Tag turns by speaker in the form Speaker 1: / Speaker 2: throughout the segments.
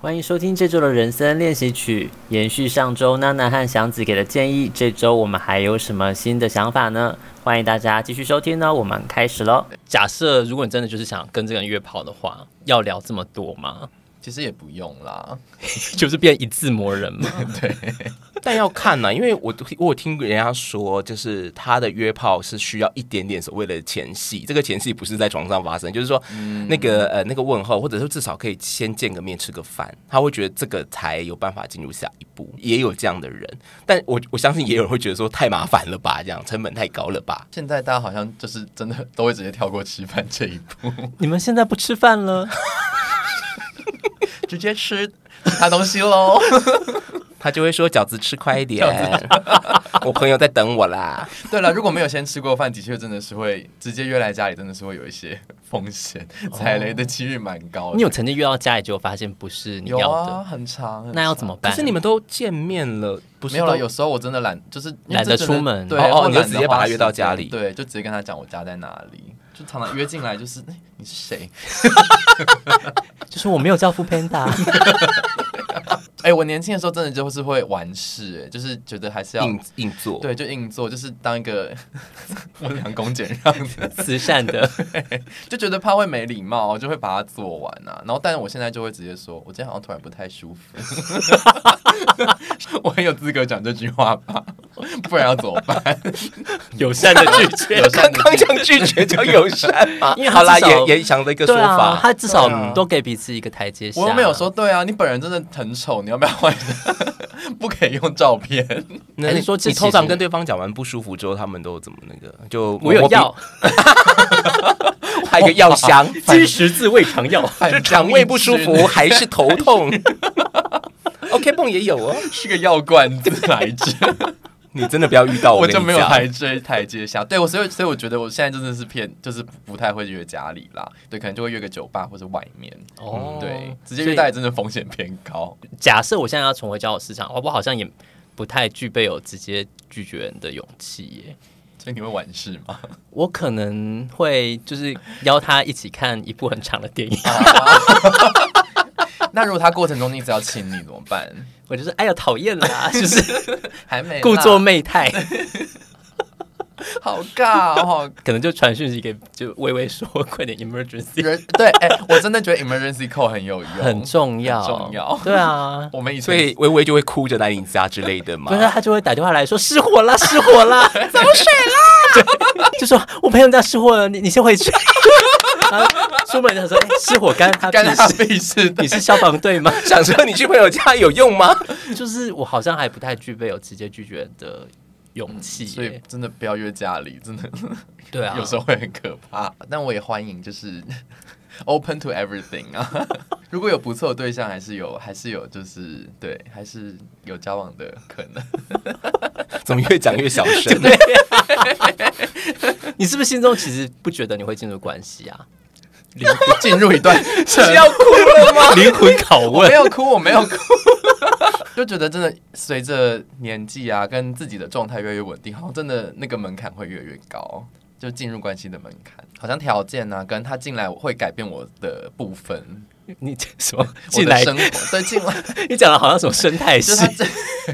Speaker 1: 欢迎收听这周的人生练习曲。延续上周娜娜和祥子给的建议，这周我们还有什么新的想法呢？欢迎大家继续收听呢。我们开始喽。
Speaker 2: 假设如果你真的就是想跟这个人约炮的话，要聊这么多吗？
Speaker 3: 其实也不用啦，
Speaker 2: 就是变一字魔人 吗？
Speaker 4: 但要看呢、因为我我有听人家说，就是他的约炮是需要一点点所谓的前戏，这个前戏不是在床上发生，就是说、
Speaker 3: 嗯
Speaker 4: 那个呃那个问候，或者说至少可以先见个面吃个饭，他会觉得这个才有办法进入下一步。也有这样的人，但我我相信也有人会觉得说太麻烦了吧，这样成本太高了吧。
Speaker 3: 现在大家好像就是真的都会直接跳过吃饭这一步，
Speaker 2: 你们现在不吃饭了？
Speaker 3: 直接吃他东西喽。
Speaker 4: 他就会说饺子吃快一点， 我朋友在等 我啦。
Speaker 3: 对了，如果没有先吃过饭，的确真的是会直接约来家里，真的是会有一些风险，踩雷的几率蛮高的。
Speaker 2: 你有曾经约到家里，结果发现不是你
Speaker 3: 有
Speaker 2: 要的，
Speaker 3: 啊，很长，很
Speaker 2: 那要
Speaker 3: 长
Speaker 2: 怎么
Speaker 4: 可
Speaker 2: 办？
Speaker 4: 是你们都见面了，不是
Speaker 3: 没有
Speaker 4: 都
Speaker 3: 了，有时候我真的懒，就是因为
Speaker 2: 懒得
Speaker 3: 这真的
Speaker 2: 出门
Speaker 3: 对，
Speaker 4: 哦哦
Speaker 3: 或
Speaker 4: 你就
Speaker 3: 懒得
Speaker 4: 直接把他
Speaker 3: 花时
Speaker 4: 约到
Speaker 3: 间
Speaker 4: 家里
Speaker 3: 对，就直接跟他讲我家在哪里，就常常约进来就是，哎，你是谁？
Speaker 2: 就是我没有叫副 panda，
Speaker 3: 哎，我年轻的时候真的就是会玩事，哎，就是觉得还是要
Speaker 4: 硬硬做？
Speaker 3: 对，就硬做，就是当一个 温良恭俭让的，
Speaker 2: 慈善的。
Speaker 3: 就觉得怕会没礼貌，就会把它做完啊。然后，但是我现在就会直接说，我今天好像突然不太舒服， 我很有资格讲这句话吧？不然要怎么办？
Speaker 2: 友善的拒绝，
Speaker 3: 友善
Speaker 4: 刚
Speaker 3: 的
Speaker 4: 刚讲拒 绝叫友善嘛，
Speaker 2: 因为他
Speaker 4: 好啦，
Speaker 2: 至少
Speaker 4: 也也想了一个说
Speaker 2: 对
Speaker 4: 法。
Speaker 2: 啊，他至
Speaker 3: 对啊
Speaker 2: 少都给彼此一个台阶下。
Speaker 3: 我又没有说对啊，你本人真的很丑，你要不要换一个？ 不可以用照片，
Speaker 4: 那
Speaker 2: 还
Speaker 4: 你
Speaker 2: 是说
Speaker 4: 你
Speaker 2: 这其
Speaker 4: 通常
Speaker 2: 实
Speaker 4: 跟对方讲完不舒服之后，他们都怎么那个？就
Speaker 2: 我有
Speaker 4: 摸鼻
Speaker 2: 药，，
Speaker 4: 还有一个药箱，
Speaker 2: 金十字胃肠 药。
Speaker 4: 是肠胃不舒服还是头 痛？OK 泵也有哦，
Speaker 3: 是个药罐子来着。
Speaker 4: 你真的不要遇到
Speaker 3: 我
Speaker 4: 跟
Speaker 3: 就
Speaker 4: 你
Speaker 3: 没有
Speaker 4: 讲
Speaker 3: 台阶台阶下。对我，所以所以我觉得我现在真的是偏，就是不不太会约家里啦，对，可能就会约个酒吧或者外面。嗯
Speaker 2: 哦
Speaker 3: 对，直接
Speaker 2: 所
Speaker 3: 约
Speaker 2: 以
Speaker 3: 家里真的风险偏高。
Speaker 2: 假设我现在要重回交友市场，我我好像也不太具备有直接拒绝人的勇气耶。
Speaker 3: 所以你会完事 吗？
Speaker 2: 我可能会就是邀他一起看一部很长的电影，
Speaker 3: 那如果他过程中一直要亲你怎么办？
Speaker 2: 我就是哎呀讨厌 啦，就是
Speaker 3: 还没啦
Speaker 2: 故作媚态，
Speaker 3: 好尬哦，好
Speaker 2: 可能就传讯息给就微微说 快点 emergency，
Speaker 3: 人对，哎、我真的觉得 emergency call 很有用，
Speaker 2: 很重要，
Speaker 3: 很重要
Speaker 2: 对 啊，
Speaker 3: 我们以前
Speaker 4: 所以微微就会哭着来你家之类的嘛
Speaker 2: 不。是他就会打电话来说失火啦，失火啦，走水啦， 就说我朋友家失火了，你你先回去。然后出门的时候，哎失火干他
Speaker 3: 干
Speaker 2: 屁
Speaker 3: 他
Speaker 2: 事
Speaker 3: 屁事的
Speaker 2: 你是消防队吗？
Speaker 4: 想说你去朋友家有用吗？
Speaker 2: 就是我好像还不太具备有直接拒绝的勇气耶、
Speaker 3: 所以真的不要约家里，真的
Speaker 2: 对啊，
Speaker 3: 有时候会很可怕。但啊我也欢迎，就是 open to everything 啊。 如果有不错的对象，还是有，还是有，就是对，还是有交往的可能。
Speaker 4: 怎么越讲越小声？
Speaker 2: 你是不是心中其实不觉得你会进入关系啊？
Speaker 3: 进入一段
Speaker 4: 是要哭了吗？
Speaker 2: 灵魂拷
Speaker 3: 我
Speaker 2: 问
Speaker 3: 没，有哭，我没有哭， 就觉得真的随着年纪啊，跟自己的状态越来越稳定，好像真的那个门槛会越来越高，就进入关系的门槛，好像条件啊，跟他进来会改变我的部分，
Speaker 2: 你什么
Speaker 3: 我
Speaker 2: 进
Speaker 3: 的
Speaker 2: 来？
Speaker 3: 生活，对，进来。
Speaker 2: 你讲的好像什么生态
Speaker 3: 就
Speaker 2: 系
Speaker 3: 是他？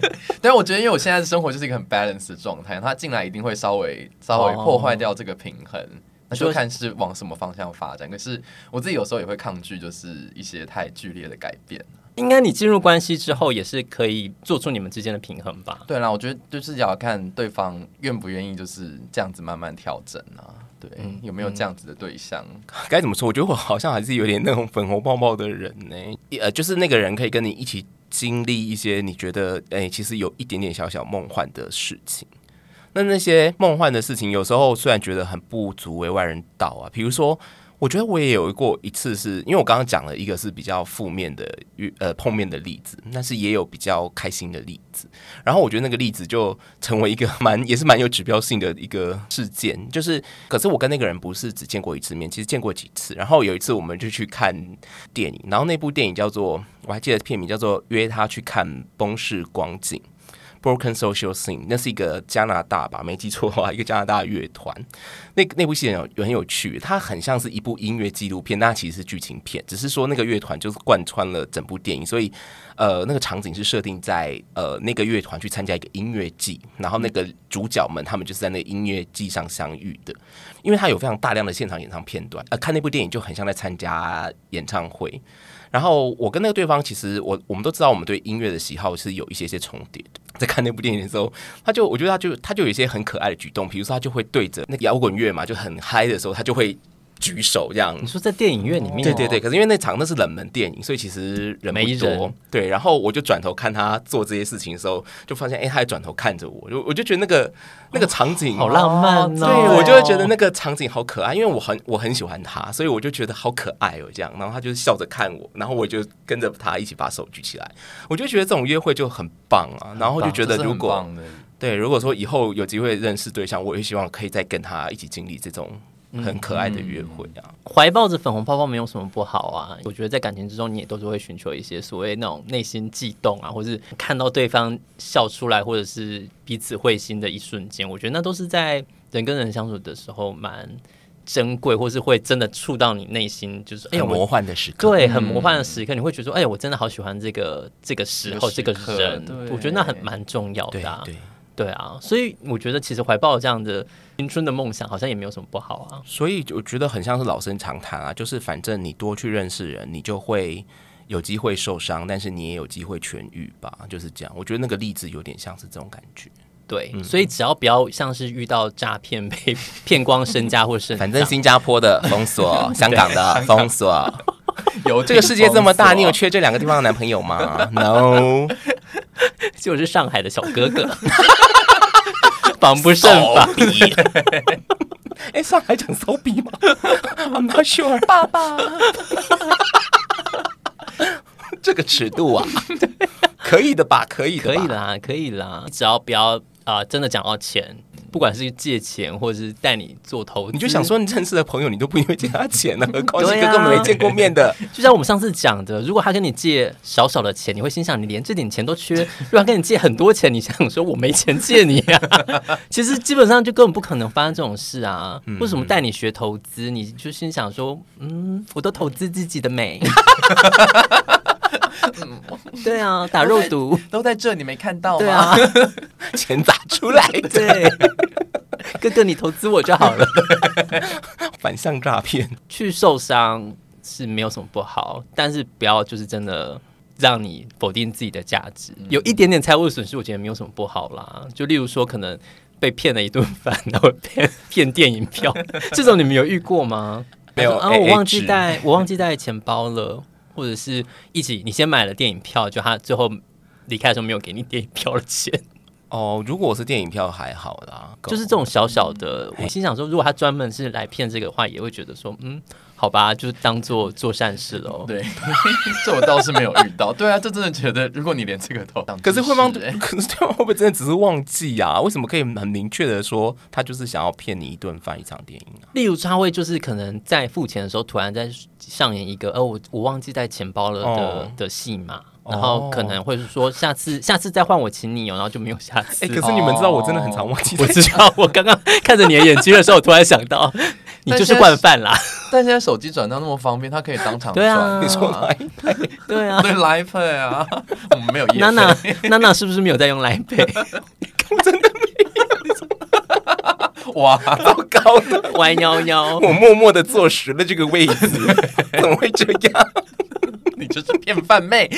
Speaker 3: 这， 但我觉得因为我现在的生活就是一个很 balance 的状态，他进来一定会稍微稍微
Speaker 2: 哦
Speaker 3: 破坏掉这个平衡。那
Speaker 2: 就
Speaker 3: 就是看是往什么方向发展。可是我自己有时候也会抗拒，就是一些太剧烈的改变。
Speaker 2: 应该你进入关系之后，也是可以做出你们之间的平衡吧？
Speaker 3: 对啦，我觉得就是也要看对方愿不愿意，就是这样子慢慢调整啊。对，有没有这样子的对象？
Speaker 4: 该怎么说？我觉得我好像还是有点那种粉红泡泡的人呢、 呃，就是那个人可以跟你一起经历一些你觉得哎、其实有一点点小小梦幻的事情。那那些梦幻的事情，有时候虽然觉得很不足为外人道啊，比如说。我觉得我也有过一次是，因为我刚刚讲了一个是比较负面的与呃碰面的例子，但是也有比较开心的例子。然后我觉得那个例子就成为一个 蛮也是蛮有指标性的一个事件，就是可是我跟那个人不是只见过一次面，其实见过几次。然后有一次我们就去看电影，然后那部电影叫做我还记得片名叫做《约他去看崩室光景》。 Broken Social Scene，那是一个加拿大吧，没记错的话，一个加拿大乐团。那那部戏很有很有趣，它很像是一部音乐纪录片，但它其实是剧情片，只是说那个乐团就是贯穿了整部电影，所以呃，那个场景是设定在呃那个乐团去参加一个音乐季，然后那个主角们他们就是在那个音乐季上相遇的。因为它有非常大量的现场演唱片段，呃，看那部电影就很像在参加演唱会。然后我跟那个对方，其实我我们都知道，我们对音乐的喜好是有一些些重叠的。在看那部电影的时候，他就我觉得他就他就有一些很可爱的举动，比如说他就会对着那个摇滚乐嘛，就很嗨的时候，他就会举手这样
Speaker 2: 你。说在电影院里面，
Speaker 4: 对对对，，可是因为那场那是冷门电影，所以其实人
Speaker 2: 哦没
Speaker 4: 不多
Speaker 2: 人。
Speaker 4: 对，然后我就转头看他做这些事情的时候，就发现哎、诶他还转头看着我，就我就觉得那个那个场景
Speaker 2: 好浪漫哦。
Speaker 4: 对，我就会觉得那个场景好可爱，因为我很我很喜欢他，所以我就觉得好可爱哦，这样。然后他就是笑着看我，然后我就跟着他一起把手举起来，我就觉得这种约会就很棒啊。然后就觉得
Speaker 3: 这是
Speaker 4: 如
Speaker 3: 很
Speaker 4: 果
Speaker 3: 棒的
Speaker 4: 对，如果说以后有机会认识对象，我也希望可以再跟他一起经历这种很可爱的约会啊。
Speaker 2: 怀抱着粉红泡泡没有什么不好啊。我觉得在感情之中，你也都是会寻求一些所谓那种内心悸动啊，或是看到对方笑出来，或者是彼此会心的一瞬间，我觉得那都是在人跟人相处的时候蛮珍贵，或是会真的触到你内心，就是哎
Speaker 4: 很
Speaker 2: 呀，我
Speaker 4: 魔幻的时刻，
Speaker 3: 嗯
Speaker 2: 对，很魔幻的时刻，你会觉得说，哎、我真的好喜欢这个这个时候，这
Speaker 3: 这
Speaker 2: 个
Speaker 3: 个时刻
Speaker 2: 人
Speaker 3: 对，
Speaker 2: 我觉得那很蛮重要
Speaker 4: 对
Speaker 2: 的、啊，
Speaker 4: 对。
Speaker 2: 对啊，所以我觉得其实怀抱这样的青春的梦想，好像也没有什么不好啊。
Speaker 4: 所以我觉得很像是老生常谈啊，就是反正你多去认识人，你就会有机会受伤，但是你也有机会痊愈吧，就是这样。我觉得那个例子有点像是这种感觉。
Speaker 2: 对，
Speaker 4: 嗯
Speaker 2: 所以只要不要像是遇到诈骗被 骗光身家或身，
Speaker 4: 反正新加坡的封 锁，香港的封锁，
Speaker 3: 有
Speaker 4: 这个世界这么大，你有
Speaker 3: 去？
Speaker 4: 缺这两个地方的男朋友吗 ？No，
Speaker 2: 就是上海的小哥哥， 防不胜防。
Speaker 4: 比。哎，上海讲骚逼吗？I'm not sure。爸爸， 这个尺度啊， 可以的吧？可以的
Speaker 2: 可
Speaker 4: 吧，
Speaker 2: 以啦，可以啦，只要不要啊、真的讲到钱，不管是借钱或者是带你做投资，
Speaker 4: 你就想，说，你认识的朋友，你都不因为借他钱了，何况是
Speaker 2: 对
Speaker 4: 跟
Speaker 2: 啊
Speaker 4: 根本没见过面 的。
Speaker 2: 就像我们上次讲的，如果他跟你借少少的钱，你会心想你连这点钱都缺；如果他跟你借很多钱，你想说我没钱借你啊。 其实基本上就根本不可能发生这种事啊。为什么带你学投资，你就心想说，嗯，我都投资自己的美。 对啊，打肉毒，
Speaker 3: 都在这，你没看到吗？
Speaker 2: 对啊，
Speaker 4: 钱砸出来的
Speaker 2: 对， 哥哥你投资我就好了。
Speaker 4: 反向诈骗，
Speaker 2: 去受伤是没有什么不好，但是不要就是真的让你否定自己的价值，
Speaker 4: 嗯
Speaker 2: 有一点点财务损失，我觉得没有什么不好啦。就例如说，可能被骗了一顿饭，然后骗骗电影票，这种你们有遇过 吗？
Speaker 4: 没有
Speaker 2: 他说啊，
Speaker 4: AA
Speaker 2: 我忘记
Speaker 4: 制
Speaker 2: 带，我忘记带钱包了，或者是一起你先买了电影票，就他最后离开的时候没有给你电影票的钱，
Speaker 4: 哦，如果我是电影票还好啦，
Speaker 2: 就是这种小小的。
Speaker 4: 哦
Speaker 2: 我心想说，如果他专门是来骗这个的话，也会觉得说，嗯，好吧，就当做做善事喽。
Speaker 3: 对， 这我倒是没有遇到。对啊，这真的觉得，如果你连这个都，
Speaker 4: 可是会
Speaker 3: 帮
Speaker 4: 帮，可是对方会不会真的只是忘记呀、为什么可以很明确的说他就是想要骗你一顿饭一场电影啊？
Speaker 2: 例如，他会就是可能在付钱的时候，突然在上演一个，呃，我我忘记带钱包了的、
Speaker 4: 哦
Speaker 2: 的戏码，
Speaker 4: 哦
Speaker 2: 然后可能会是说下次下次再换我请你哦，然后就没有下次。哦
Speaker 4: 哎、可是你们知道哦我真的很常忘记
Speaker 2: 我
Speaker 4: 带
Speaker 2: 知道，我刚刚看着你的眼睛的时候，我突然想到， 你就是惯犯啦。
Speaker 3: 但现在手机转账那么方便，它可以当场
Speaker 2: 对啊
Speaker 3: 转，
Speaker 4: 你说来，
Speaker 2: 对啊，
Speaker 3: 对 Line Pay 啊，我们没有业
Speaker 2: 娜娜
Speaker 3: 费，
Speaker 2: 娜娜是不是没有在用来 配？
Speaker 3: 哇，
Speaker 4: 糟糕 了，
Speaker 2: 歪幺幺，
Speaker 4: 我默默的坐实了这个位 置，怎么会这 样？
Speaker 3: 你就是骗饭 妹，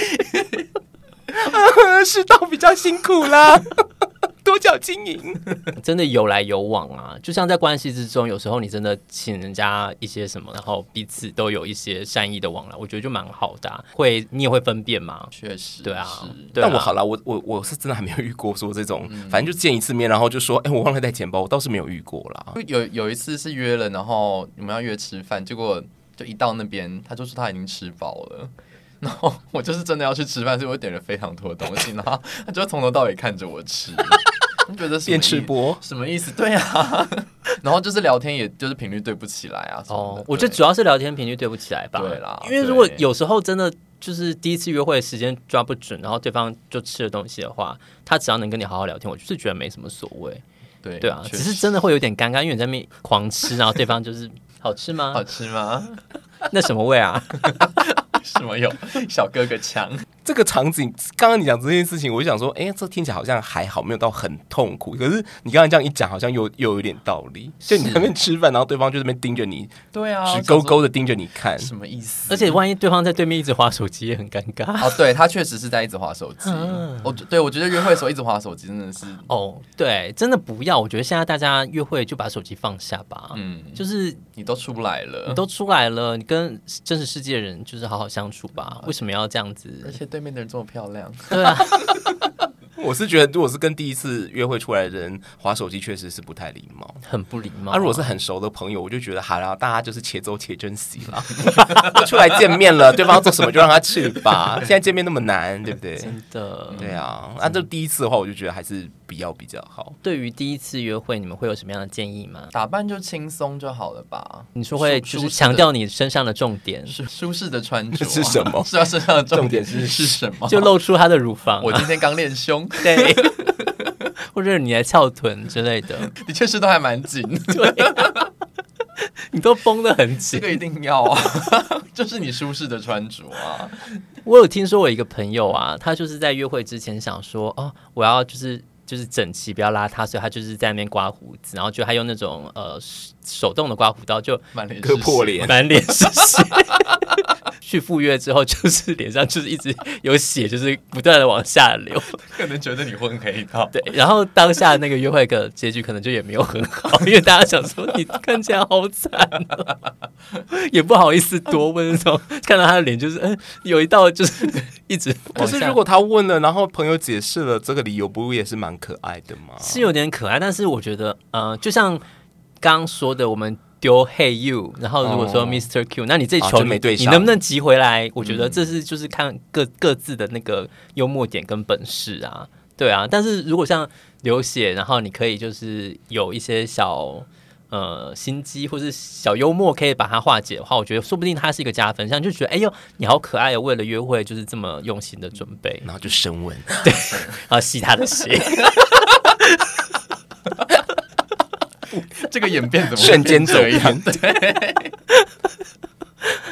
Speaker 4: 世道比较辛苦啦， 多角经营。
Speaker 2: 真的有来有往啊。就像在关系之中，有时候你真的请人家一些什么，然后彼此都有一些善意的往来，我觉得就蛮好的啊、会你也会分辨吗？
Speaker 3: 确实，
Speaker 2: 对啊
Speaker 3: 是，
Speaker 2: 对啊
Speaker 4: 但我好啦，我我我是真的还没有遇过说这种，
Speaker 3: 嗯
Speaker 4: 反正就见一次面，然后就说，哎、我忘了带钱包，我倒是没有遇过啦。
Speaker 3: 有有一次是约了，然后我们要约吃饭，结果就一到那边，他就说他已经吃饱了。然后我就是真的要去吃饭，所以我点了非常多东西，然后他就从头到尾看着 我吃，你觉得什么
Speaker 4: 变吃
Speaker 3: 意
Speaker 4: 播，
Speaker 3: 什么意思？对啊， 然后就是聊天，也就是频率对不起来啊。什么
Speaker 2: 哦
Speaker 3: 的
Speaker 2: 哦，我觉得主要是聊天频率对不起来吧。
Speaker 3: 对啦
Speaker 2: 因为如果
Speaker 3: 对
Speaker 2: 有时候真的就是第一次约会的时间抓不准，然后对方就吃了东西的话，他只要能跟你好好聊天，我就是觉得没什么所谓。
Speaker 3: 对
Speaker 2: 对啊，
Speaker 3: 确
Speaker 2: 只
Speaker 3: 实
Speaker 2: 是真的会有点尴尬，因为你在那边狂吃，然后对方就是好吃
Speaker 3: 好
Speaker 2: 吗？
Speaker 3: 吃吗？
Speaker 2: 那什么味啊？
Speaker 3: 什么有小哥哥强？
Speaker 4: 这个场景，刚刚你讲这件事情，我就想说，哎、这听起来好像还好，没有到很痛苦。可是你刚才这样一讲，好像又又有点道理。就你在那边吃饭，然后对方就在那边盯着你，
Speaker 3: 对啊，
Speaker 4: 直勾勾
Speaker 3: 的，
Speaker 4: 的盯着你看。
Speaker 3: 什么意思？
Speaker 2: 而且万一对方在对面一直划手机也很尴尬。
Speaker 3: 哦，对他确实是在一直划手机。我对我觉得约会的时候一直划手机真的是，
Speaker 2: 哦，对，真的不要。我觉得现在大家约会就把手机放下吧。
Speaker 3: 嗯，
Speaker 2: 就是
Speaker 3: 你都出来了
Speaker 2: 你，都出来了，你跟真实世界的人就是好好相处吧。为什么要这样
Speaker 3: 而
Speaker 2: 子？
Speaker 3: 且对面的人这么漂亮，
Speaker 2: 对啊，
Speaker 4: 我是觉得，如果是跟第一次约会出来的人划手机，确实是不太礼貌。
Speaker 2: 很不礼貌。
Speaker 4: 啊，如果是很熟的朋友，我就觉得好啦，大家就是且走且珍惜啦。都 出来见面了，对方要做什么就让他去吧。现在见面那么难，对不对？
Speaker 2: 真的，
Speaker 4: 对啊，那、这第一次的话，我就觉得还是不要比较 好。
Speaker 2: 对于第一次约会，你们会有什么样的建议吗？
Speaker 3: 打扮就轻松就好了吧？
Speaker 2: 你说会
Speaker 3: 舒
Speaker 2: 就是
Speaker 3: 舒适
Speaker 2: 强
Speaker 3: 的
Speaker 2: 调你身上的重点，
Speaker 3: 舒舒适的穿着啊
Speaker 4: 是什么
Speaker 3: 是要身上的重
Speaker 4: 重点
Speaker 3: 是是什 么？
Speaker 2: 就露出他的乳房、
Speaker 3: 我
Speaker 2: 啊，
Speaker 3: 今天刚练胸，
Speaker 2: 对， 或者你的翘臀之类的，
Speaker 3: 的确是都还蛮 紧，
Speaker 2: 你都绷得很
Speaker 3: 这
Speaker 2: 紧。
Speaker 3: 个一定要啊， 就是你舒适的穿着啊。
Speaker 2: 我有听说我一个朋友啊，他就是在约会之前想说，哦，我要就是就是整齐，不要邋遢，所以他就是在那边刮胡子，然后就他用那种呃手手动的刮胡刀就
Speaker 3: 满脸
Speaker 4: 割破
Speaker 3: 是血
Speaker 4: 脸
Speaker 2: 满脸是血。 去赴约之后，就是脸上就是一直有血，就是不断的往下流。
Speaker 3: 可能觉得你混黑道。
Speaker 2: 对，然后当下那个约会的结局可能就也没有很好，因为大家想说你看起来好惨、哦，也不好意思多问那种。看到他的脸就是，嗯，有一道就是一直
Speaker 4: 可
Speaker 2: 往
Speaker 4: 是
Speaker 2: 下
Speaker 4: 如果他问了，然后朋友解释了这个理由，不也是蛮可爱的吗？
Speaker 2: 是有点可爱，但是我觉得，呃，就像刚刚说的，我们丢 Hey you，然后如果说
Speaker 4: 哦
Speaker 2: Mr Q，、那你这
Speaker 4: 啊
Speaker 2: 球
Speaker 4: 就
Speaker 2: 你,、
Speaker 4: 没对
Speaker 2: 你
Speaker 4: 上嗯
Speaker 2: 能不能急回来？我觉得这是就是看各各自的那个幽默点跟本事啊，对啊。但是如果像流血，然后你可以就是有一些小。呃，心机或是小幽默可以把它化解的话，我觉得说不定它是一个加分项，就觉得哎呦你好可爱哦，为了约会就是这么用心的准备，
Speaker 4: 然后就升温，
Speaker 2: 然后吸他的血。
Speaker 3: 这个演变怎么会
Speaker 4: 瞬间走
Speaker 3: 这样？
Speaker 4: 偏。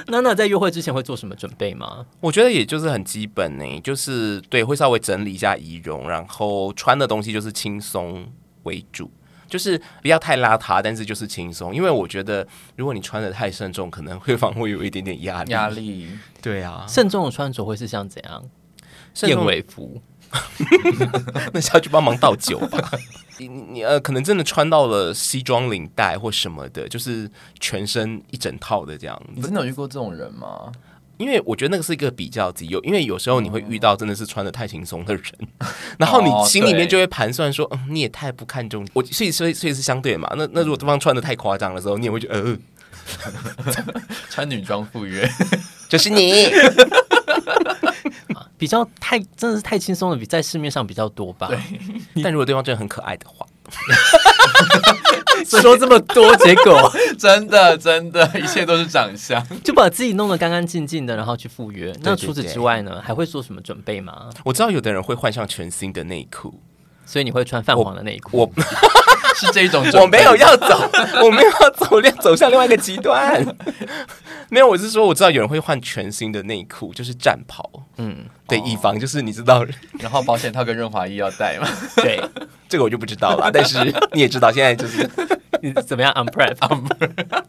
Speaker 2: 那那在约会之前会做什么准备吗？
Speaker 4: 我觉得也就是很基本呢、就是对，会稍微整理一下仪容，然后穿的东西就是轻松为主，就是不要太邋遢，但是就是轻松。因为我觉得如果你穿的太慎重，可能对方会有一点点压力。
Speaker 3: 压力，
Speaker 4: 对 啊，
Speaker 2: 慎重的穿着会是像怎样？
Speaker 4: 慎
Speaker 2: 燕
Speaker 4: 重
Speaker 2: 尾服，
Speaker 4: 那是要去帮忙倒酒吧。 你你你呃，可能真的穿到了西装领带或什么的，就是全身一整套的这样
Speaker 3: 你
Speaker 4: 子。
Speaker 3: 真的有遇过这种人吗？
Speaker 4: 因为我觉得那个是一个比较级，有因为有时候你会遇到真的是穿的太轻松的人， 然后
Speaker 3: 哦
Speaker 4: 你心里面就会盘算说，嗯，你也太不看重我，所以所以所以是相对嘛。那那如果对方穿的太夸张的时候，你也会觉得呃，
Speaker 3: 穿女装赴约，
Speaker 4: 就是你。
Speaker 2: 啊比较太真的是太轻松了，比在市面上比较多吧。
Speaker 4: 但如果对方真的很可爱的话，
Speaker 2: 说这么多，结果
Speaker 3: 真的真的，一切都是长 相。
Speaker 2: 就把自己弄得干干净净的，然后去赴约。那
Speaker 4: 对对
Speaker 2: 除此之外呢，还会做什么准备吗？
Speaker 4: 我知道有的人会换上全新的内裤，
Speaker 2: 所以你会穿泛黄的内裤？
Speaker 4: 我
Speaker 3: 是这种准备，
Speaker 4: 我没有 要走，我没有要走另走向另外一个极端。 没有，我是说我知道有人会换全新的内裤，就是战袍。
Speaker 2: 嗯，
Speaker 3: 哦
Speaker 4: 对，以防就是你知道
Speaker 3: 然后保险套跟润滑液要带 嘛
Speaker 2: 对，
Speaker 4: 这个我就不知道了，但是你也知道现在就是
Speaker 2: 你怎么样？I'm prep，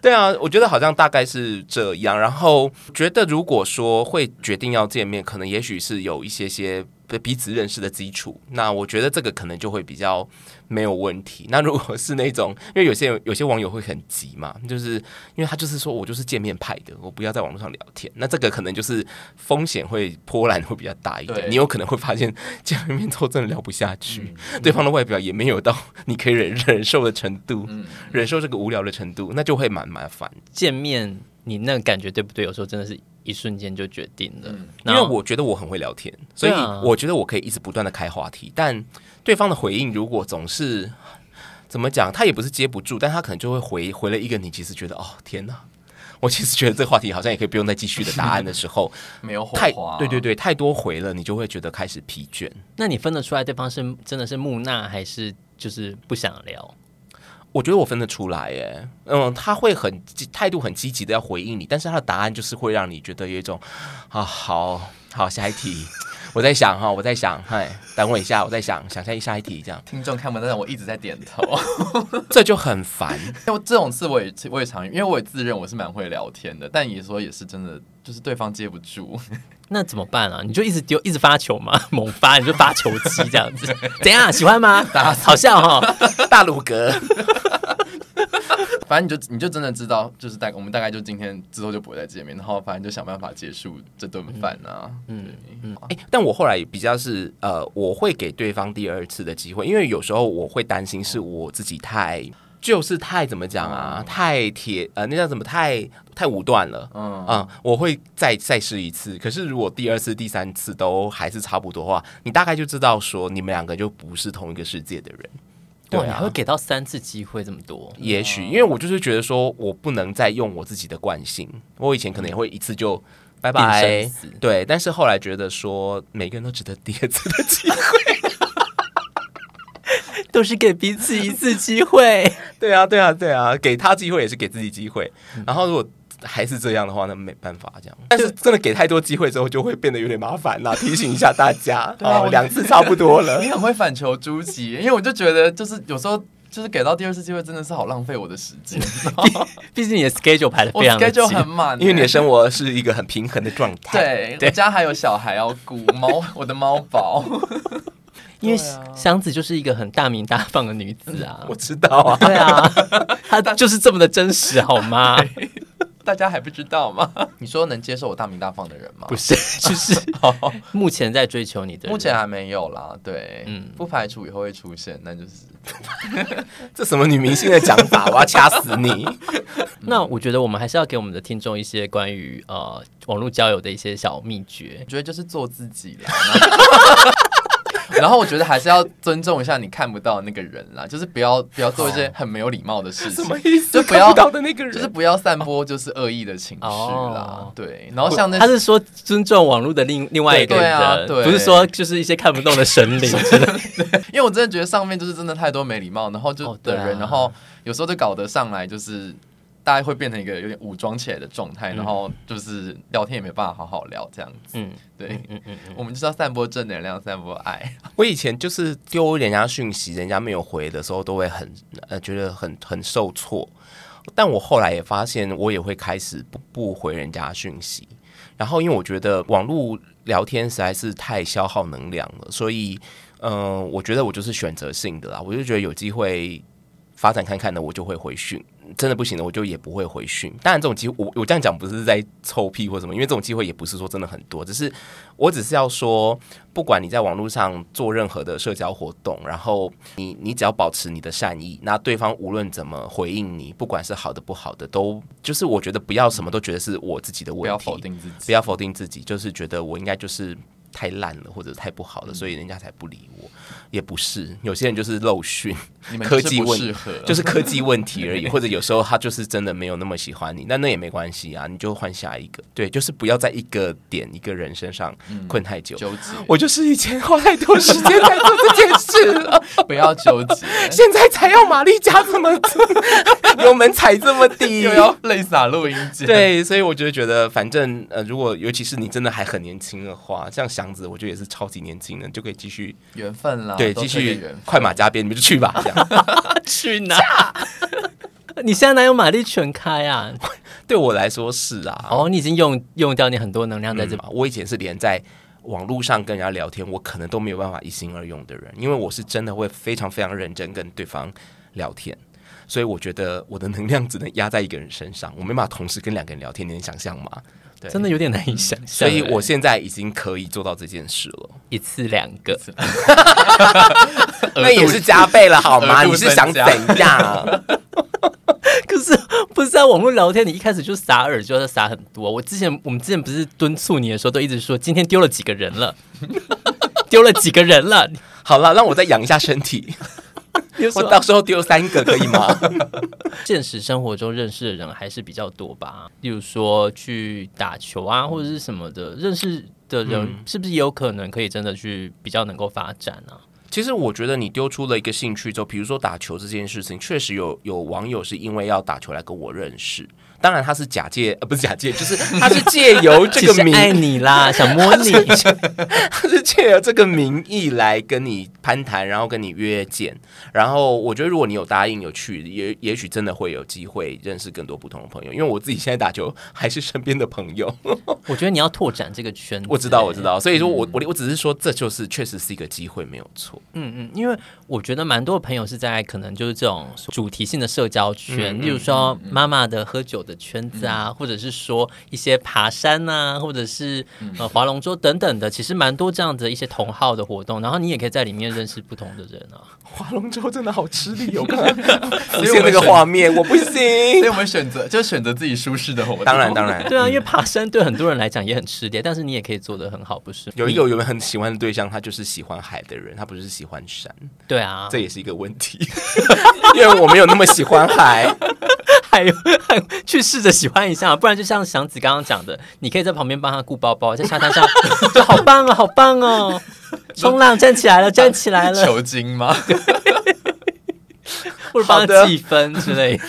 Speaker 4: 对啊，我觉得好像大概是这样。然后觉得如果说会决定要见面，可能也许是有一些些彼此认识的基础。那我觉得这个可能就会比较没有问题。那如果是那种，因为有些有些网友会很急嘛，就是因为他就是说我就是见面派的，我不要在网络上聊天。那这个可能就是风险会波澜会比较大一
Speaker 3: 对
Speaker 4: 点，你有可能会发现见了面之后真的聊不下去，对方的外表也没有到你可以忍忍受的程度。
Speaker 3: 嗯
Speaker 4: 忍受这个无聊的程度，那就会蛮麻烦。
Speaker 2: 见面你那个感觉对不对？有时候真的是一瞬间就决定了。
Speaker 3: 嗯
Speaker 4: 因
Speaker 2: 然
Speaker 4: 为
Speaker 2: 后
Speaker 4: 我觉得我很会聊天，所以
Speaker 2: 对啊
Speaker 4: 我觉得我可以一直不断的开话题，但对方的回应如果总是怎么讲，他也不是接不住，但他可能就会回回了一个你其实觉得哦天哪， 我其实觉得这个话题好像也可以不用再继续的答案的时 候，
Speaker 3: 没有火
Speaker 4: 太
Speaker 2: 啊
Speaker 3: 花，
Speaker 4: 对对对，太多回了，你就会觉得开始疲倦。
Speaker 2: 那你分得出来对方是真的是木讷，还是就是不想聊？
Speaker 4: 我觉得我分得出来耶，嗯，他会很积态度很积极的要回应你，但是他的答案就是会让你觉得有一种啊，好好下一题， 我在想哈，我在想，嗨，等我一下，我在想，想下下一题，这样
Speaker 3: 听众看不到，但我一直在点头。
Speaker 4: 这就很烦。
Speaker 3: 因为这种事我也 我也常遇，因为我也自认我是蛮会聊天的，但也说也是真的，就是对方接不 住。
Speaker 2: 那怎么办啊？你就一直丢，一直发球嘛， 猛发，你就发球机这样子， 怎样？喜欢吗？好笑 哈、哦！
Speaker 4: 大鲁格，
Speaker 3: 反正你就你就真的知道，就是大我们大概就今天之后就不会再见面，然后反正就想办法结束这顿饭啊。嗯嗯，
Speaker 4: 哎、但我后来也比较是呃，我会给对方第二次的机会，因为有时候我会担心是我自己太。就是太怎么讲啊，太铁呃，那叫什么？太太武断了，嗯我会再再试一次。可是如果第二次、第三次都还是差不多的话，你大概就知道说你们两个就不是同一个世界的人。对
Speaker 2: 哇，你还会
Speaker 4: 啊，
Speaker 2: 给到三次机会这么多？
Speaker 4: 也许因为我就是觉得说我不能再用我自己的惯性，我以前可能也会一次就拜
Speaker 2: 定
Speaker 4: 拜
Speaker 2: 生死，
Speaker 4: 对，但是后来觉得说每个人都值得第二次的机会。
Speaker 2: 都是给彼此一次机 会。
Speaker 4: 对啊，对啊，对啊，给他机会也是给自己机会。然后如果还是这样的话，那没办法这样。但是真的给太多机会之后，就会变得有点麻烦啦。提醒一下大 家，
Speaker 3: 对啊
Speaker 4: 哦
Speaker 3: 我
Speaker 4: 两次差不多了
Speaker 3: 你。很会反求诸己，因为我就觉得就是有时候。就是给到第二次机会，真的是好浪费我的时 间。
Speaker 2: 毕竟你的 schedule 排的
Speaker 3: 我
Speaker 2: 非常的
Speaker 3: schedule
Speaker 2: 紧，
Speaker 3: 很满欸，
Speaker 4: 因为你的生活是一个很平衡的状态，
Speaker 3: 对，我家还有小孩要顾，猫我的猫 宝。
Speaker 2: 因为
Speaker 3: 对啊嗯
Speaker 2: 箱子就是一个很大名大放的女子啊
Speaker 4: 我。知道啊。
Speaker 2: 对 啊，她就是这么的真实，好吗？
Speaker 3: 大家还不知道吗？你说能接受我大名大放的人吗？哦
Speaker 2: 不是， 就是目前在追求你的人，
Speaker 3: 目前啊还没有啦，对，
Speaker 2: 嗯
Speaker 3: 嗯，不排除以后会出现，那就是
Speaker 4: 这什么女明星的讲法，我要掐死 你！
Speaker 3: 嗯
Speaker 2: 那我觉得我们还是要给我们的听众一些关于呃网络交友的一些小秘诀
Speaker 3: 我。觉得就是做自己啦。 然后我觉得还是要尊重一下你看不到的那个人啦，就是不要不要做一些很没有礼貌的事情，
Speaker 4: 意思
Speaker 3: 就不要
Speaker 4: 看到的那个人，
Speaker 3: 就是不要散播就是恶意的情绪啦。
Speaker 2: 哦
Speaker 3: 对，然后 像那
Speaker 4: 啊
Speaker 2: 他是说尊重网络的另另外一个
Speaker 3: 对对啊
Speaker 2: 人，
Speaker 3: 对
Speaker 2: 不是说就是一些看不懂的神灵之类的。
Speaker 3: 因为我真的觉得上面就是真的太多没礼貌，然后就
Speaker 2: 哦
Speaker 3: 的
Speaker 2: 对啊
Speaker 3: 人，然后有时候就搞得上来就是。大家会变成一个有点武装起来的状
Speaker 4: 嗯
Speaker 3: 态，然后就是聊天也没办法好好聊这样子。
Speaker 2: 嗯
Speaker 3: 对，
Speaker 2: 嗯嗯嗯，
Speaker 3: 我们就是要散播正能量，散播爱。
Speaker 4: 我以前就是丢人家讯息，人家没有回的时候，都会很呃觉得很很受挫。但我后来也发现，我也会开始不不回人家讯息。然后因为我觉得网络聊天实在是太消耗能量了，所以嗯、呃我觉得我就是选择性的啦。我就觉得有机会发展看看的，我就会回讯；真的不行的，我就也不会回讯。当然，这种机会我我这样讲不是在臭屁或什么，因为这种机会也不是说真的很多，只是我只是要说，不管你在网络上做任何的社交活动，然后你你只要保持你的善意，那对方无论怎么回应你，不管是好的不好的，都就是我觉得不要什么都觉得是我自己的
Speaker 3: 不
Speaker 4: 问
Speaker 3: 要
Speaker 4: 题，
Speaker 3: 否定自
Speaker 4: 不
Speaker 3: 己。
Speaker 4: 要否定自己，就是觉得我应该就是太烂了或者太不好了，所以人家才不理我。也不是，有些人就是漏讯，
Speaker 3: 你们
Speaker 4: 科
Speaker 3: 就是
Speaker 4: 技
Speaker 3: 不
Speaker 4: 问
Speaker 3: 适合，
Speaker 4: 就是科技问题而已，或者有时候他就是真的没有那么喜欢你，那那也没关系啊，你就换下一个。对，就是不要在一个点一个人身上困太久。
Speaker 3: 纠结，
Speaker 4: 我就是以前花太多时间在做这件事了，
Speaker 3: 不要纠结，
Speaker 4: 现在才要玛丽加这么 油门踩这么低，
Speaker 3: 又要泪洒录音间。，
Speaker 4: 对，所以我就觉得，反正呃，如果尤其是你真的还很年轻的话，像祥子，我觉得也是超级年轻的，就可以继续、
Speaker 3: 缘分啦，啊
Speaker 4: 对，
Speaker 3: 都
Speaker 4: 继
Speaker 3: 是
Speaker 4: 续
Speaker 3: 缘分。
Speaker 4: 快马加鞭，你们就去吧。这样
Speaker 2: 去哪？ 你现在哪有马力全开啊？
Speaker 4: 对我来说是啊，
Speaker 2: 哦，你已经用用掉你很多能量在
Speaker 4: 在
Speaker 2: 这
Speaker 4: 这
Speaker 2: 边。
Speaker 4: 吧，我以前是连在网络上跟人家聊天，我可能都没有办法一心二用的人，因为我是真的会非常非常认真跟对方聊天。所以我觉得我的能量只能压在一个人身上，我没办法同时跟两个人聊天，你能想象吗？对
Speaker 2: 真的有点难以想象
Speaker 4: 嗯所
Speaker 2: 欸，
Speaker 4: 以我现在已经可以做到这件事了。
Speaker 2: 一次两个，
Speaker 4: 那也是加倍了好吗？
Speaker 3: 额度
Speaker 4: 你是想
Speaker 3: 增加
Speaker 4: 怎 样？
Speaker 2: 可是不是在网络聊天，你一开始就撒饵就要撒很多。我之前我们之前不是敦促你的时候，都一直说今天丢了几 个人了，丢了几个人了，
Speaker 4: 好了，让我再养一下身体。
Speaker 2: 有什
Speaker 4: 我
Speaker 2: 么
Speaker 4: 到时候丢三个可以吗？
Speaker 2: 现实生活中认识的人还是比较多吧，例如说去打球
Speaker 4: 嗯
Speaker 2: 啊，或者是什么的，认识的人是不是也有可能可以真的去比较能够发展啊？
Speaker 4: 其实我觉得你丢出了一个兴趣之后，比如说打球这件事情，确实有有网友是因为要打球来跟我认识。当然他是假借，呃，不是假借，就是 他是借由这
Speaker 2: 其
Speaker 4: 个
Speaker 2: 实
Speaker 4: 名，
Speaker 2: 爱你啦，想摸 你，
Speaker 4: 他是借由这个名义来跟你攀谈，然后跟你约见。然后我觉得如果你有答应有去，也也许真的会有机会认识更多不同的朋友。因为我自己现在打球还是身边的朋友，
Speaker 2: 我觉得你要拓展这个圈子
Speaker 4: 我知道我知。道，所以说我我我只是说这就是确实是一个机会，没有错。
Speaker 2: 嗯嗯，因为我觉得蛮多朋友是在可能就是这种主题性的社交圈，例如说妈妈的喝酒的圈子啊，或者是说一些爬山啊，或者是呃划龙舟等等的，其实蛮多这样的一些同好的活动，然后你也可以在里面认识不同的人啊。
Speaker 4: 划龙舟真的好吃 力哦，刚刚浮
Speaker 3: 所以
Speaker 4: 现
Speaker 3: 我
Speaker 4: 那
Speaker 3: 们
Speaker 4: 个
Speaker 3: 选
Speaker 4: 画面，我不行
Speaker 3: 所 以。我们选择就选择自己舒适的活动。
Speaker 4: 当然，当然，
Speaker 2: 对啊，因为爬山对很多人来讲也很吃力，但是你也可以做得很好，不是？
Speaker 4: 有一个有很喜欢的对象，他就是喜欢海的人，他不是喜欢山，
Speaker 2: 对啊，
Speaker 4: 这也是一个问题。 因为我没有那么喜欢海，
Speaker 2: 还有还有去试着喜欢一下，不然就像祥子刚刚讲的，你可以在旁边帮他顾包包，在沙滩 上，就好棒哦，好棒哦！冲浪站起来了，站起来 了，
Speaker 3: 球精吗？
Speaker 2: 或者帮他
Speaker 4: 好的
Speaker 2: 计分之 类。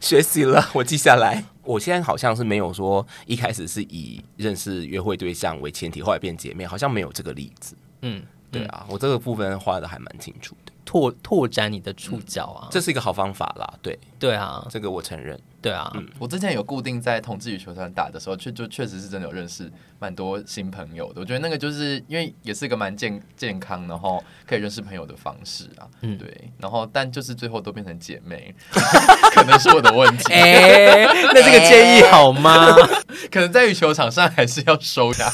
Speaker 4: 学习了，我记下来。我现在好像是没有说一开始是以认识约会对象为前提，后来变姐妹，好像没有这个例子。
Speaker 2: 嗯，
Speaker 4: 对啊，我这个部分画的还蛮清楚的，
Speaker 2: 拓拓展你的触角啊，
Speaker 4: 这是一个好方法啦。对，
Speaker 2: 对啊，
Speaker 4: 这个我承认。
Speaker 2: 对啊，
Speaker 4: 嗯
Speaker 3: 我之前有固定在同志羽球团打的时候，确就确实是真的有认识蛮多新朋友的。我觉得那个就是因为也是一个蛮健健康，然后可以认识朋友的方式啊。
Speaker 2: 嗯
Speaker 3: 对。然后但就是最后都变成姐妹， 可能是我的问 题，
Speaker 2: 哎，那这个建议好 吗？
Speaker 4: 哎
Speaker 3: 可能在羽球场上还是要收 呀。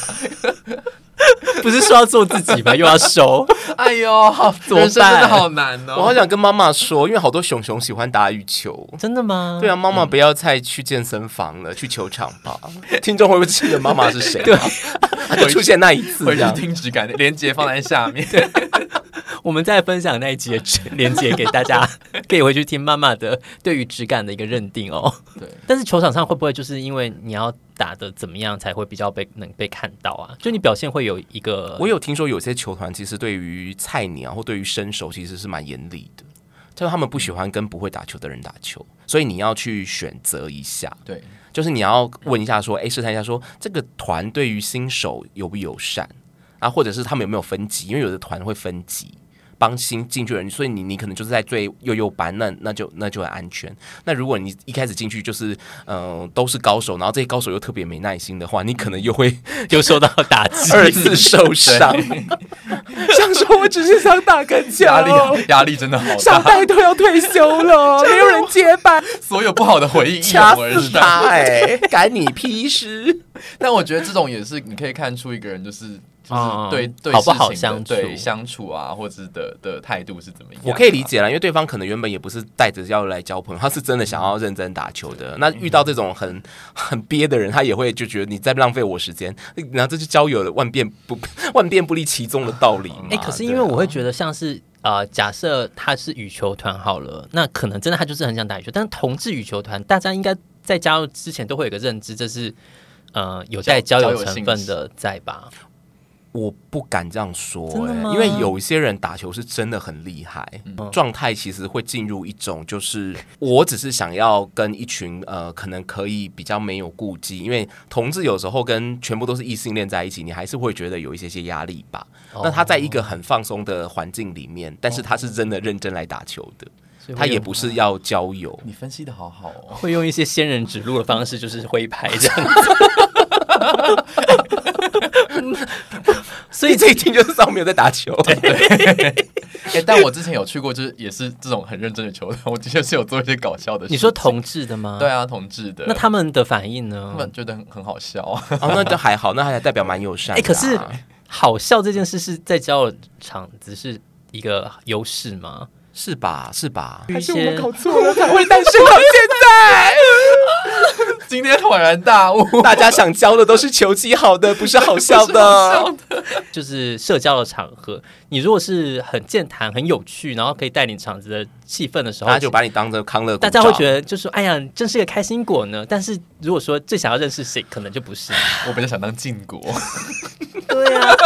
Speaker 2: 不是说要做自己吗？又要收，
Speaker 3: 哎呦，好
Speaker 2: 怎么办
Speaker 3: 人生真的好难
Speaker 4: 我好
Speaker 3: 哦。
Speaker 4: 想跟妈妈说，因为好多熊熊喜欢打羽球。
Speaker 2: 真的吗？
Speaker 4: 对啊，妈妈不要再去健身房了，去球场吧。听众会不会记得妈妈是谁？对， 就出现那一次这
Speaker 3: 回去
Speaker 4: 样。
Speaker 3: 听 质感的连接放在下面，
Speaker 2: 我们再分享那一集 的链接给大家，可以回去听妈妈的对于质感的一个认定哦。
Speaker 3: 对，
Speaker 2: 但是球场上会不会就是因为你要打的怎么样才会比较被能被看到啊？就你表现会有一个，
Speaker 4: 我有听说有些球团其实对于菜鸟或对于身手其实是蛮严厉的，就是他们不喜欢跟不会打球的人打球，所以你要去选择一下，
Speaker 3: 对，
Speaker 4: 就是你要问一下说，哎，试探一下说这个团对于新手友不友善啊，或者是他们有没有分级，因为有的团会分级。帮新进去的人，所以你你可能就是在最右右班，那那就那就很安全。那如果你一开始进去就是嗯、呃都是高手，然后这些高手又特别没耐心的话，你可能又会，
Speaker 2: 就受到打击
Speaker 4: 二次受伤，想说我只是想打个球，
Speaker 3: 压力压力真的好
Speaker 4: 上
Speaker 3: 大，
Speaker 4: 代都要退休了，没有人接班，
Speaker 3: 所有不好的回忆一涌
Speaker 4: 掐
Speaker 3: 而
Speaker 4: 死
Speaker 3: 上。
Speaker 4: 他哎，赶你屁事！
Speaker 3: 但我觉得这种也是你可以看出一个人就是就是
Speaker 2: 嗯
Speaker 3: 对、对
Speaker 2: 好不好
Speaker 3: 事情的
Speaker 2: 相处
Speaker 3: 对相处啊，或者是的的态度是怎么样、啊
Speaker 4: 我可以理，解了，因为对方可能原本也不是带着要来交朋友，他是真的想要认真打球的。那遇到这种很 很憋的人，他也会就觉得你在浪费我时间，然后这就交友了万变不万变不离其宗的道理嘛。
Speaker 2: 哎、可是因为
Speaker 4: 对啊
Speaker 2: 我会觉得像是呃，假设他是羽球团好了，那可能真的他就是很想打羽球，但是同志羽球团，大家应该在加入之前都会有一个认知，这是呃有带交
Speaker 3: 交
Speaker 2: 友
Speaker 3: 友
Speaker 2: 成
Speaker 3: 性
Speaker 2: 分
Speaker 3: 质
Speaker 2: 的在吧？
Speaker 4: 我不敢这样说、
Speaker 2: 真的
Speaker 4: 哎
Speaker 2: 吗哦
Speaker 4: 因为有一些人打球是真的很厉害，状态其实会进入一种就是我只是想要跟一群呃，可能可以比较没有顾忌，因为同志有时候跟全部都是异性恋在一起，你还是会觉得有一些些压力吧。那他在一个很放松的环境里面，但是他是真的认真来打球的，
Speaker 2: 所以
Speaker 4: 他
Speaker 2: 会
Speaker 4: 也
Speaker 2: 用
Speaker 4: 不是要 交友。
Speaker 3: 你分析的好好 哦。
Speaker 2: 会用一些仙人指路的方式，就是挥拍这样。
Speaker 4: 所以这一听就是上面有在打球，
Speaker 3: 哎、但我之前有去过，就是也是这种很认真的球队，我的确是有做一些搞笑的事情。
Speaker 2: 你说同志的吗？
Speaker 3: 对啊，同志的，
Speaker 2: 那他们的反应
Speaker 3: 他
Speaker 2: 呢
Speaker 3: 们？觉得很很好笑啊。
Speaker 4: 哦，那就还好，那还代表蛮友善
Speaker 2: 哎、
Speaker 4: 的啊、
Speaker 2: 可是好笑这件事是在交友场子是一个优势吗？
Speaker 4: 是 吧？是吧？
Speaker 2: 还是我们搞
Speaker 4: 错了才会单身到现在？
Speaker 3: 今天恍然大悟，
Speaker 4: 大家想教的都是求其好的，不是好笑的。
Speaker 2: 就是社交的场合，你如果是很健谈、很有趣，然后可以带领场子的气氛的时候，
Speaker 4: 大家就把你当成康乐股
Speaker 2: 大
Speaker 4: 长，
Speaker 2: 家会觉得就是哎呀，你真是个开心果呢。但是如果说最想要认识谁，可能就不是。
Speaker 3: 我本来想当晋国，
Speaker 2: 对啊，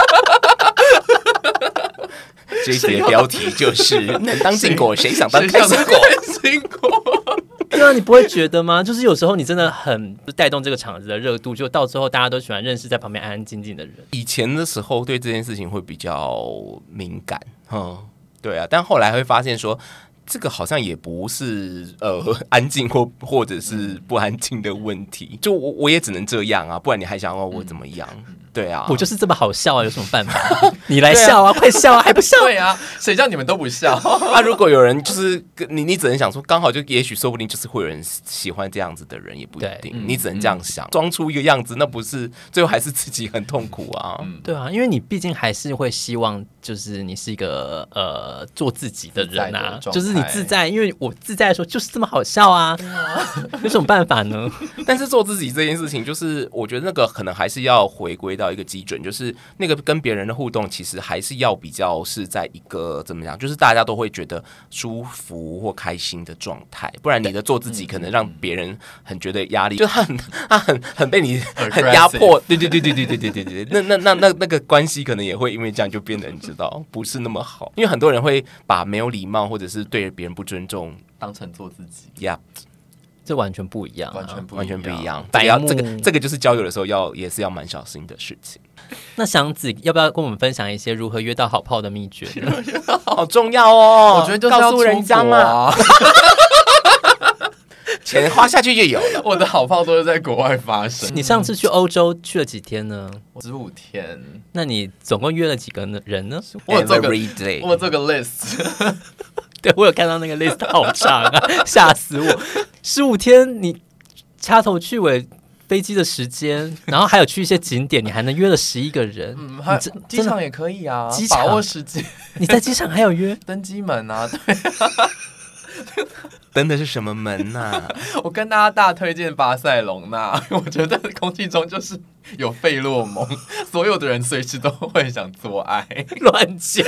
Speaker 4: 这一集的标题就是“能当禁果，谁想当
Speaker 3: 谁
Speaker 4: 开
Speaker 3: 想
Speaker 4: 心
Speaker 3: 当
Speaker 4: 果
Speaker 3: 晋国？
Speaker 2: 对啊，你不会觉得吗？就是有时候你真的很带动这个场子的热度，就到最后大家都喜欢认识在旁边安安静静的人。”。
Speaker 4: 以前的时候对这件事情会比较敏感，嗯，对啊，但后来会发现说。这个好像也不是呃安静或或者是不安静的问题，就我我也只能这样啊，不然你还想要我怎么样？对啊，
Speaker 2: 我就是这么好 笑啊，有什么办法？你来笑啊，快 笑啊，还不笑？
Speaker 3: 对啊，谁叫你们都不笑？
Speaker 4: 啊，如果有人就是跟你，你只能想说，刚好就也许说不定就是会有人喜欢这样子的人，也不一
Speaker 2: 对
Speaker 4: 定，你只能这样想，装出一个样子，那不是最后还是自己很痛苦啊。
Speaker 2: 对啊，因为你毕竟还是会希望，就是你是一个呃做自己的人啊，
Speaker 3: 自在的状
Speaker 2: 就
Speaker 3: 态
Speaker 2: 是你自在，因为我自在的时候就是这么好笑啊，有什么办法 呢？
Speaker 4: 但是做自己这件事情，就是我觉得那个可能还是要回归到一个基准，就是那个跟别人的互动，其实还是要比较是在一个怎么讲，就是大家都会觉得舒服或开心的状态，不然你的做自己可能让别人很觉得压力，就他很他很很被你
Speaker 3: Aggressive
Speaker 4: 很压迫，对对对对对对对对对，对那那那那那个关系可能也会因为这样就变得你知道不是那么好，因为很多人会把没有礼貌或者是对别人不尊重
Speaker 3: 当成做自己，
Speaker 4: 呀
Speaker 2: 这完全不一样、啊，
Speaker 3: 完全不
Speaker 4: 完全不一。样。
Speaker 2: 白
Speaker 4: 这个要
Speaker 2: 目
Speaker 4: 这个这个就是交友的时候要也是要蛮小心的事情，
Speaker 2: 那祥子要不要跟我们分享一些如何约到好炮的秘诀呢？
Speaker 4: 好重要 哦。
Speaker 3: 我觉得就是要
Speaker 4: 告
Speaker 3: 出
Speaker 4: 诉
Speaker 3: 国
Speaker 4: 人家嘛，
Speaker 3: 啊！
Speaker 4: 钱花下去就 有了。
Speaker 3: 我的好炮都是在国外发生。
Speaker 2: 你上次去欧洲去了几天呢？
Speaker 3: 十五天，
Speaker 2: 那你总共约了几个呢人呢？
Speaker 3: 我有做个
Speaker 4: Every day
Speaker 3: 我有做 个 list，
Speaker 2: 对我有看到那个 list 好长啊，吓死我！十五天你掐头去尾。飞机的时间，然后还有去一些景点，你还能约了十一个人。
Speaker 3: 嗯，还
Speaker 2: 你
Speaker 3: 有
Speaker 2: 真
Speaker 3: 机
Speaker 2: 真的
Speaker 3: 场也可以啊，
Speaker 2: 机场
Speaker 3: 把握时机，？
Speaker 2: 你在机场还有约
Speaker 3: 登机门啊。 对，
Speaker 4: 登的是什么门啊 呐、
Speaker 3: 我跟大家大推荐巴塞隆纳， 我觉得空气中就是有费洛蒙， 所有的人随时都会想做爱。
Speaker 2: 乱讲，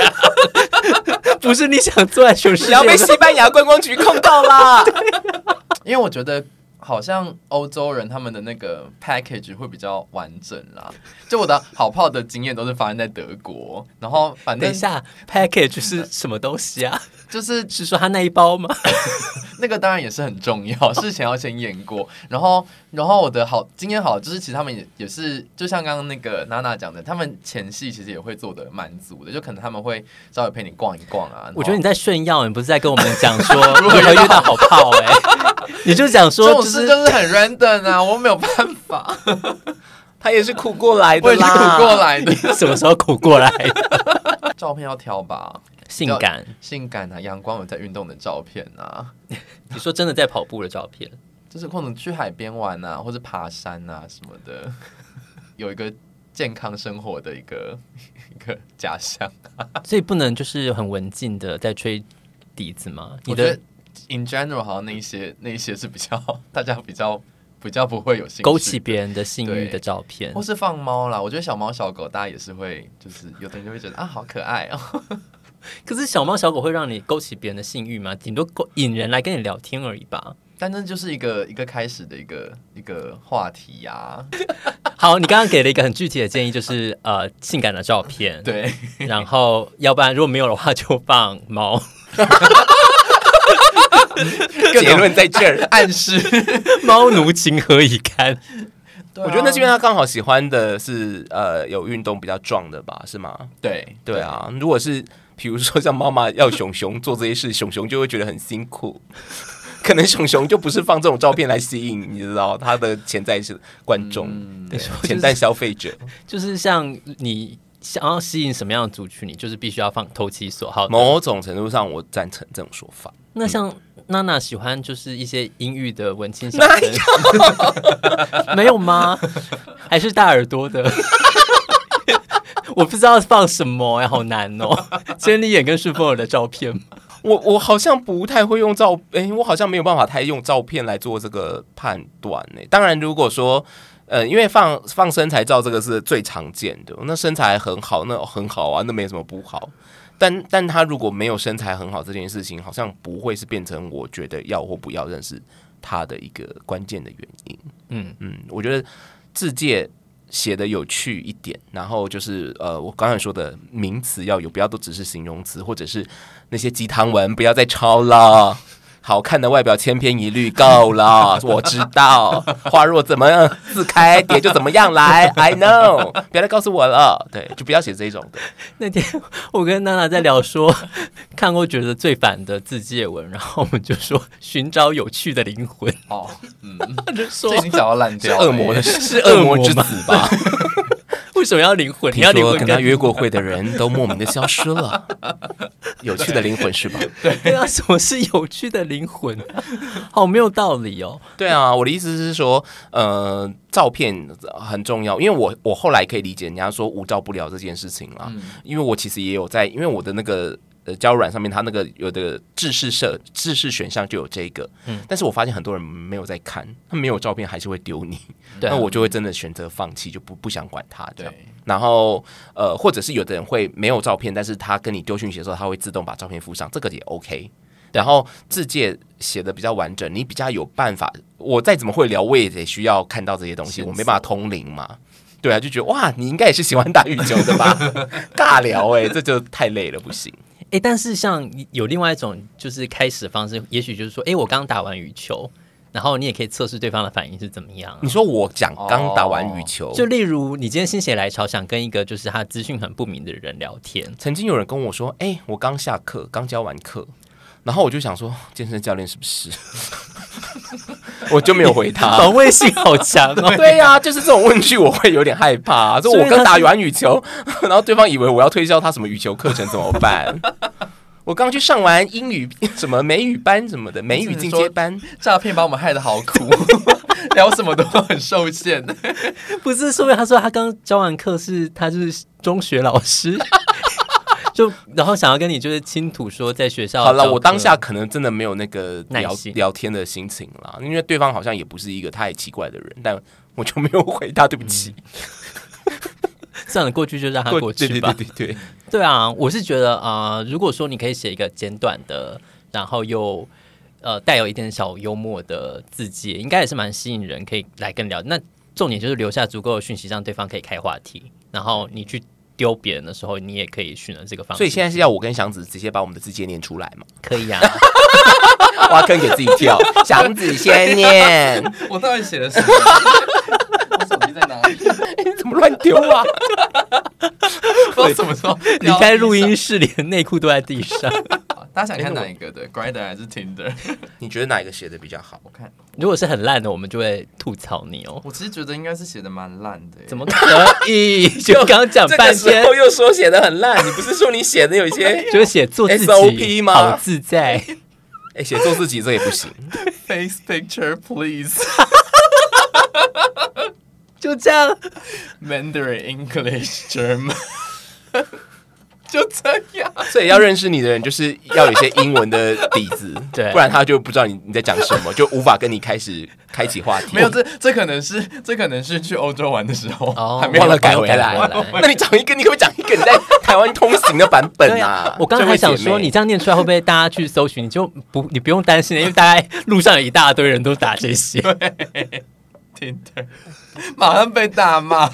Speaker 2: 不是你想做在全世
Speaker 4: 你要被
Speaker 2: 界
Speaker 4: 西班牙观光局控到 啦！
Speaker 3: 因为我觉得好像欧洲人他们的那个 package 会比较完整啦。就我的好炮的经验都是发生在德国，然后反
Speaker 2: 等
Speaker 3: 正
Speaker 2: 一下，package 是什么东西啊？
Speaker 3: 就是
Speaker 2: 是说他那一包吗？
Speaker 3: 那个当然也是很 重要，事前要先演过。然后，然后我的好经验好，就是其实他们也也是，就像刚刚那个娜娜讲的，他们前戏其实也会做的蛮足的，就可能他们会稍微陪你逛一逛啊。然后
Speaker 2: 我觉得你在炫耀，你不是在跟我们讲说如
Speaker 3: 如
Speaker 2: 何
Speaker 3: 何约
Speaker 2: 约到好炮哎、 你就讲
Speaker 3: 这
Speaker 2: 说
Speaker 3: 种
Speaker 2: 就
Speaker 3: 事
Speaker 2: 是
Speaker 3: 就是很 random 啊，我没有办法，
Speaker 4: 他也是苦过来
Speaker 3: 我也
Speaker 4: 的
Speaker 3: 是
Speaker 2: 啊
Speaker 4: 啦，
Speaker 3: 苦过来的。
Speaker 2: 什么时候苦过来？
Speaker 3: 照片要挑吧，
Speaker 2: 性感，
Speaker 3: 性感啊，阳光有在运动的照片啊，
Speaker 2: 你说真的在跑步的照片，
Speaker 3: 就是可能去海边玩啊，或者爬山啊什么的， 有一个健康生活的一个 一个假象。
Speaker 2: 啊所以不能就是很文静的在吹笛子吗？你
Speaker 3: 我觉
Speaker 2: 的
Speaker 3: 得 in general 好像那一些那一些是比较大家比较比较不会有兴趣
Speaker 2: 勾起，别人的性欲
Speaker 3: 对
Speaker 2: 的照片
Speaker 3: 或，是放猫啦。我觉得小猫小狗大家也是会，就是有的人就会觉得啊好可爱哦，
Speaker 2: 可是小猫小狗会让你勾起别人的性欲吗？顶多勾引人来跟你聊天而已吧。
Speaker 3: 但那就是一个一个开始的一个一个话题呀、
Speaker 2: 好，你刚刚给了一个很具体的建议，就是呃性感的照片，，
Speaker 3: 对，
Speaker 2: 然后要不然如果没有的话就放猫，
Speaker 4: 结论在这儿。
Speaker 3: 暗 示。
Speaker 2: 猫奴情何以堪？
Speaker 3: 对啊
Speaker 4: 我觉得那是因为他刚好喜欢的是呃有运动比较壮的吧，是吗？
Speaker 3: 对
Speaker 4: 对，啊，如果是比如说像妈妈要熊熊做这些事，熊熊就会觉得很辛苦。 可能熊熊就不是放这种照片来吸引，你知道他的潜在是观众、
Speaker 3: 嗯
Speaker 4: 对潜在消费者。
Speaker 2: 就是像你想要吸引什么样的族群，你就是必须要放投其所好的。
Speaker 4: 某种程度上，我赞成这种说法。
Speaker 2: 那像娜娜喜欢就是一些阴郁的文青小生，没有 吗？还是大耳朵的？ 我不知道放什么哎、好难哦！千里眼跟顺风耳的照片，
Speaker 4: 我我好像不太会用照，哎、我好像没有办法太用照片来做这个判断呢、当然，如果说呃，因为放放身材照这个是最常见的，那身材很好，那很好啊，那没什么不好。但但他如果没有身材很好这件事情，好像不会是变成我觉得要或不要认识他的一个关键的原因。
Speaker 2: 嗯
Speaker 4: 嗯，我觉得字界写的有趣一点，然后就是呃，我刚才说的名词要有，不要都只是形容词，或者是那些鸡汤文，不要再抄了。 好看的外表千篇一律，够 了，我知道。话若怎么样自开，蝶就怎么样来。I know，不要再告诉我了。对，就不要写这种的。
Speaker 2: 那天我跟娜娜在聊说，看过觉得最烦的自介文，然后我们就说寻找有趣的灵魂，啊
Speaker 3: 哦， 嗯，
Speaker 2: 就说
Speaker 3: 这已经讲到烂
Speaker 4: 是
Speaker 3: 掉了，
Speaker 4: 恶魔的，是
Speaker 2: 恶
Speaker 4: 恶
Speaker 2: 魔
Speaker 4: 魔之
Speaker 2: 吗
Speaker 4: 子吧？
Speaker 2: 为什么要灵魂？你
Speaker 4: 听
Speaker 2: 要灵
Speaker 4: 说
Speaker 2: 魂
Speaker 4: 跟他约过会的人都莫名的消失了，有趣的灵魂是吧？
Speaker 2: 对啊，什么是有趣的灵魂？ 好没有道理哦。
Speaker 4: 对啊，我的意思是说，呃，照片很重要，因为我我后来可以理解人家说无照不了这件事情
Speaker 3: 嗯
Speaker 4: 啦，因为我其实也有在，因为我的那个。呃，交友软上面它那个有的制式设制式选项就有这个，
Speaker 2: 嗯
Speaker 4: 但是我发现很多人没有在看，他没有照片还是会丢你，
Speaker 2: 对啊
Speaker 4: 那我就会真的选择放弃，就不不想管他这样
Speaker 3: 嗯对。
Speaker 4: 然后呃，或者是有的人会没有照片，但是他跟你丢讯息的时候，他会自动把照片附上，这个也 OK。然后字界写的比较完整，你比较有办法。我再怎么会聊，我也得需要看到这些东西，
Speaker 3: 线
Speaker 4: 我
Speaker 3: 索
Speaker 4: 没办法通灵嘛。对啊，就觉得哇，你应该也是喜欢打羽球的吧？ 尬聊哎、这就太累了，不行。
Speaker 2: 哎，但是像有另外一种就是开始的方式，也许就是说，哎，我刚打完羽球，然后你也可以测试对方的反应是怎么样啊、
Speaker 4: 你说我讲刚打完羽球，
Speaker 2: 就例如你今天心血来潮想跟一个就是他资讯很不明的人聊天，
Speaker 4: 曾经有人跟我说：“哎、我刚下课，刚教完课。”然后我就想说，健身教练是不是？ 我就没有回他。
Speaker 2: 防卫性哦好强哦。
Speaker 4: 对呀、就是这种问句，我会有点害怕、就
Speaker 2: 所以
Speaker 4: 我
Speaker 2: 他
Speaker 4: 刚打完羽球， 然后对方以为我要推销他什么羽球 课程，怎么办？我刚去上完英语什么美语班什么的，美语进阶班。
Speaker 3: 诈骗把我们害得好苦， 聊什么都很受限。
Speaker 2: 不是，说明他说他刚教完课是他就是中学老师， 就然后想要跟你就是倾吐说在学校
Speaker 4: 好了，
Speaker 2: 教
Speaker 4: 我当
Speaker 2: 课
Speaker 4: 下可能真的没有那
Speaker 2: 哦
Speaker 4: 个
Speaker 2: 嗯耐
Speaker 4: 聊
Speaker 2: 心
Speaker 4: 聊天的心情啦，因为对方好像也不是一个太奇怪的人，但我就没有回他，对不起。
Speaker 2: 算了，过去就让嗯他过去吧。
Speaker 4: 对对对对对。
Speaker 2: 对啊，我是觉得啊、呃如果说你可以写一个简短的，然后又呃带有一点小幽默的字迹，应该也是蛮吸引人，可以来跟聊。那重点就是留下足够的讯息，让对方可以开话题，然后你去丢别人的时候，你也可以选择这个方式。
Speaker 4: 所以现在是要我跟祥子直接把我们的字界念出来嘛？
Speaker 2: 可以 啊，
Speaker 4: 挖坑给自己跳，祥子 先念，
Speaker 3: 我到底写了什么？ 我手机在哪里？
Speaker 4: 怎么乱丢 啊？
Speaker 3: 不知道什么时候
Speaker 2: 离开录音室，连内裤都在地 上。
Speaker 3: 大家想看哪一
Speaker 2: 哎
Speaker 3: 个的？Grinder 还是 Tinder？
Speaker 4: 你觉得哪一个写的比较好？
Speaker 3: 我看，
Speaker 2: 如果是很烂的，我们就会吐槽你哦。
Speaker 3: 我其实觉得应该是写的蛮烂的耶。
Speaker 2: 怎么可 以？就刚刚讲 半天，
Speaker 4: 又说写的很烂，你不是说你写的有一 些？
Speaker 2: 就写做自己
Speaker 4: SOP 吗
Speaker 2: 好自在。
Speaker 4: 哎，写做自己这也不行。
Speaker 3: face picture please
Speaker 2: 就这样，
Speaker 3: Mandarin English German？就这 样，
Speaker 4: 所以要认识你的人，就是要有一些英文的底子，
Speaker 2: 对
Speaker 4: 不然他就不知道你你在讲什么，就无法跟你开始开启 话题。
Speaker 3: 没有这这可能是这可能是去欧洲玩的时候
Speaker 2: 哦
Speaker 3: 还没有
Speaker 4: 忘了
Speaker 2: 改
Speaker 4: 改
Speaker 2: 回
Speaker 4: 回
Speaker 2: 来
Speaker 4: 来。 那你讲一个，你可不可以讲一个你在台湾通行的版本
Speaker 2: 对
Speaker 4: 啊
Speaker 2: 啊，？ 我刚才还想说，你这样念出来会不会大家去搜寻？你就不，你不用担心，因为大家路上有一大堆人都打这些。
Speaker 3: Tinder，马 上被大骂。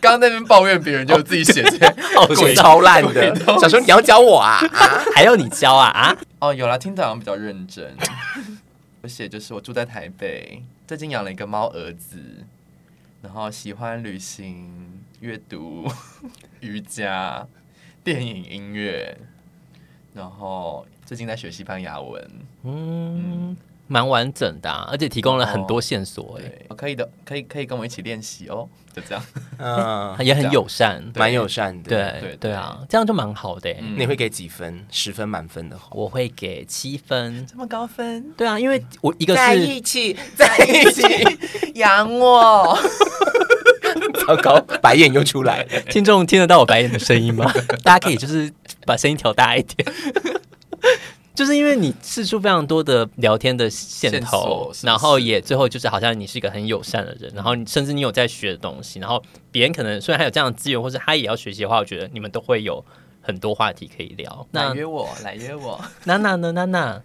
Speaker 3: 刚刚在那边抱怨别人，就自己写
Speaker 2: 哦
Speaker 3: 这些
Speaker 2: 好
Speaker 4: 这位姐
Speaker 2: 鬼
Speaker 4: 妹鬼超烂
Speaker 3: 鬼
Speaker 4: 的
Speaker 3: 东，西
Speaker 4: 想说你要教我啊？ 啊
Speaker 2: 还要你教啊啊！
Speaker 3: 哦，有啦，听着好像比较认真。 我写就是我住在台北，最近养了一个猫儿子，然后喜欢旅行、阅读、瑜伽、电影、音乐，然后最近在学西班牙文。
Speaker 2: 嗯，蛮完整的、啊，而且提供了很多线索、欸，
Speaker 3: 对，可以的，可以可以跟我一起练习哦，就这样。
Speaker 4: 嗯，
Speaker 2: 也很友善。
Speaker 4: 蛮友善的。
Speaker 2: 对
Speaker 3: 对
Speaker 2: 对啊，这样就蛮好的、欸。
Speaker 3: 嗯
Speaker 4: 你会给几分？十分满分的话，
Speaker 2: 我会给七分。
Speaker 3: 这么高分，
Speaker 2: 对啊，因为我一个是
Speaker 4: 起，在一起，
Speaker 3: 养我。
Speaker 4: 糟糕，白眼又出来了。
Speaker 2: 听众听得到我白眼的声音吗？大家可以就是把声音调大一点。就是因为你试出非常多的聊天的线
Speaker 3: 线
Speaker 2: 头
Speaker 3: 索，是不是
Speaker 2: 然后也最后就是好像你是一个很友善的人，然后你甚至你有在学的东西，然后别人可能虽然还有这样的资源，或是他也要学习的话，我觉得你们都会有很多话题可以聊。那
Speaker 3: 来约我，来约我。
Speaker 2: 娜娜呢？娜娜，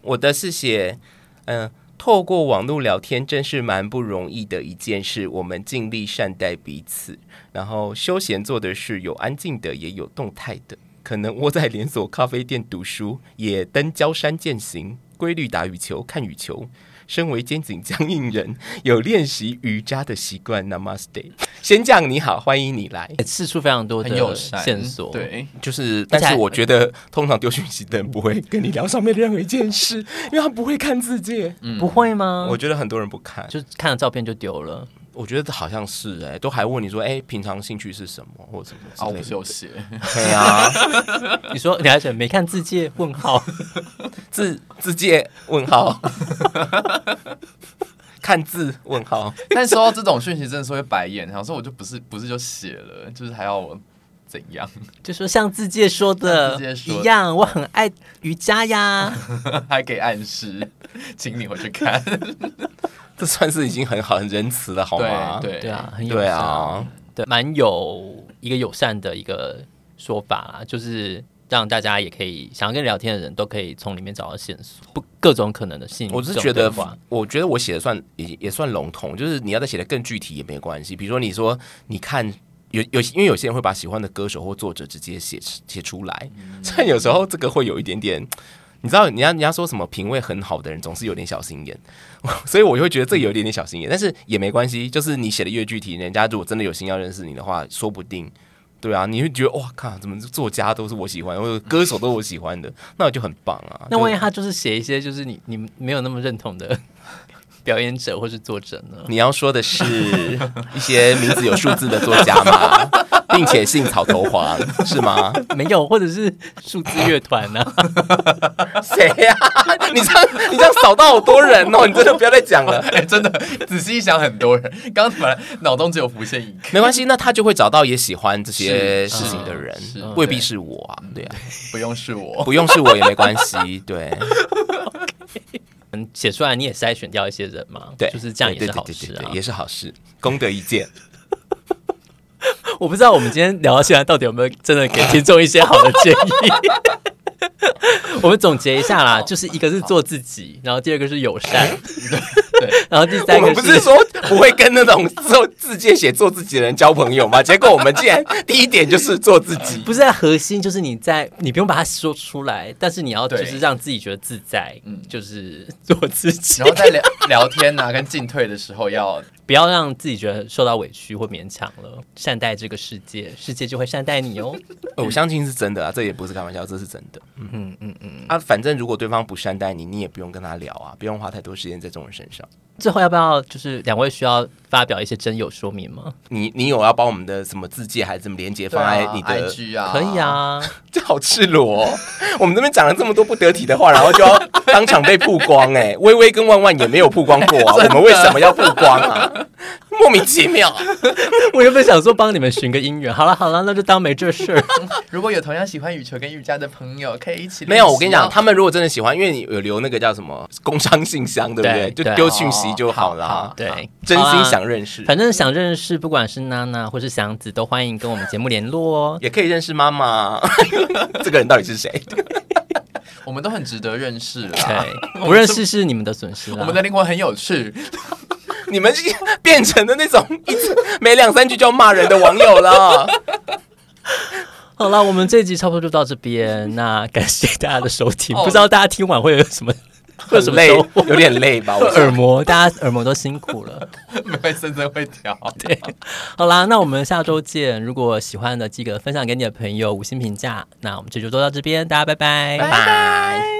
Speaker 4: 我的是写，嗯、透过网络聊天真是蛮不容易的一件事，我们尽力善待彼此。然后休闲做的事有安静的，也有动态的，可能窝在连锁咖啡店读书，也登焦山践行，规律打羽球、看羽球。身为肩颈僵硬人， 有练习瑜伽的习惯。Namaste，先讲你好，欢迎你来。
Speaker 2: 也试出非常多
Speaker 3: 很友
Speaker 2: 的
Speaker 3: 善，
Speaker 2: 线索，，
Speaker 3: 对，
Speaker 4: 就是，但
Speaker 2: 而且
Speaker 4: 是我觉得通常丢讯息的人不会跟你聊上面任何一件事，因为他不会看字界。
Speaker 2: 不会吗？
Speaker 4: 我觉得很多人不看，
Speaker 2: 就看了照片就丢了。
Speaker 4: 嗯我觉得好像是哎、都还问你说，哎、平常兴趣是什么或者什么之
Speaker 3: 啊，我
Speaker 4: 类
Speaker 3: 不
Speaker 4: 的
Speaker 3: 是有写，
Speaker 4: 对 啊，
Speaker 2: 你说你还想没看字界？问号。
Speaker 4: 字字界问号， 看字问号，
Speaker 3: 但收到这种讯息真的是会白眼，想说我就不是不是就写了，就是还要我怎样？
Speaker 2: 就说像自介说的
Speaker 3: 像自介说的
Speaker 2: 一样，我很爱瑜伽呀。
Speaker 3: 还给暗示， 请你回去看。
Speaker 4: 这算是已经很好很仁慈了好吗？
Speaker 3: 对
Speaker 2: 对啊，很友
Speaker 4: 对
Speaker 2: 善，
Speaker 4: 啊，
Speaker 2: 对，蛮有一个友善的一个说法啦，啊就是让大家也可以想要跟你聊天的人都可以从里面找到线索，不各种可能的信。
Speaker 4: 我是
Speaker 2: 各种
Speaker 4: 觉得嗯
Speaker 2: 对话，
Speaker 4: 我觉得我写的算也也算笼统，就是你要再写的更具体也没关系。比如说你说你看。有有，因为有些人会把喜欢的歌手或作者直接写写出来，
Speaker 2: 嗯
Speaker 4: 所以有时候这个会有一点点，你知道，人家人家说什么品味很好的人总是有点小心眼， 所以我就会觉得这有一点点小心眼，但是也没关系，就是你写的越具体，人家如果真的有心要认识你的话，说不定，对啊，你会觉得哇靠，怎么作家都是我喜欢，或者歌手都是我喜欢的，那我就很棒啊。
Speaker 2: 那
Speaker 4: 就
Speaker 2: 万一他就是写一些就是你你没有那么认同的 表演者或是作者呢？
Speaker 4: 你要说的是一些名字有数字的作家吗？并且姓草头黄是 吗？
Speaker 2: 没有，或者是数字乐团啊 呢？
Speaker 4: 谁呀、 你这样你这样扫到好多人 哦！你真的不要再讲了。
Speaker 3: 哎、真的，仔细一想，很多人刚刚本来脑中只有浮现一个，
Speaker 4: 没关系，那他就会找到也喜欢这些
Speaker 3: 是
Speaker 4: 事情的人
Speaker 2: 嗯
Speaker 4: 嗯
Speaker 3: 是是，
Speaker 4: 未必是我啊，对啊，
Speaker 3: 不用是我。
Speaker 4: 不用是我也没关 系，对
Speaker 2: 嗯写出来你也筛选掉一些人嘛，
Speaker 4: 对，
Speaker 2: 就是这样也
Speaker 4: 对
Speaker 2: 是
Speaker 4: 对
Speaker 2: 好
Speaker 4: 对对
Speaker 2: 事
Speaker 4: 对
Speaker 2: 啊
Speaker 4: 对。也是好事，功德一件。
Speaker 2: 我不知道我们今天聊到现在，到底有没有真的给听众一些好的建议？ 我们总结一下啦，就是一个是做自己，然后第二个是友善，对，然后第三
Speaker 4: 哎我
Speaker 2: 个
Speaker 4: 们不是说不会跟那种做自荐写做自己的人交朋友吗？结果我们竟然第一点就是做自己，
Speaker 2: 不是在核心，就是你在你不用把它说出来，但是你要就
Speaker 3: 对
Speaker 2: 是让自己觉得自在，
Speaker 4: 嗯
Speaker 2: 就是做自己
Speaker 3: 然，后在聊聊天啊，跟进退的时候要
Speaker 2: 不要让自己觉得受到委屈或勉强了，善待这个世界，世界就会善待你哦。
Speaker 4: 呃我相信是真的啊，这也不是开玩笑，这是真的。嗯嗯嗯啊，反正如果对方不善待你，你也不用跟他聊啊，不用花太多时间在这种人身上。
Speaker 2: 最后要不要就是两位需要发表一些真友说明吗？
Speaker 4: 你你有要把我们的什么字界还是什么连接
Speaker 3: 对
Speaker 4: 放在
Speaker 3: 啊
Speaker 4: 哎你的？
Speaker 3: IG 啊，
Speaker 2: 可以，啊，
Speaker 4: 这好赤裸、哦！我们这边讲了这么多不得体的话，然后就要当场被曝光哎、微微跟万万也没有曝光过啊， 我们为什么要曝光啊？莫名其妙、
Speaker 2: 我原本想说帮你们寻个姻缘，好了好了，那就当没这事儿。
Speaker 3: 如果有同样喜欢羽球跟瑜伽的朋友，可以一起练习哦。
Speaker 4: 没有，我跟你讲，他们如果真的喜欢，因为你有留那个叫什么工商信箱，对不对？
Speaker 2: 对
Speaker 4: 就
Speaker 2: 对
Speaker 4: 丢讯息就好了啊。
Speaker 2: 对
Speaker 4: 好真
Speaker 2: 好
Speaker 4: 心
Speaker 2: 啊
Speaker 4: 想认识。
Speaker 2: 反正想认识，不管是娜娜或是祥子，都欢迎跟我们节目联络 哦。
Speaker 4: 也可以认识妈妈。 这个人到底是谁？
Speaker 3: 我们都很值得认识啦。
Speaker 4: 啊
Speaker 2: 对，不认识是你们的损失啦。
Speaker 3: 我们的灵魂很有趣，
Speaker 4: 你们是变成了那种一直每两三句就要骂人的网友 了。
Speaker 2: 好了，我们这一集差不多就到这边。那感谢大家的收听，
Speaker 3: 哦
Speaker 2: 不知道大家听完会有什么会有什
Speaker 4: 很
Speaker 2: 么
Speaker 4: 累
Speaker 2: 收获？，
Speaker 4: 有点累吧？我
Speaker 2: 耳膜，大家耳膜都辛苦了。
Speaker 3: 没会深深会 调。
Speaker 2: 好啦，那我们下周见。如果喜 欢的，记得分享给你的朋友，五星评价。那我们这就做到这边，大家拜拜
Speaker 4: 拜拜。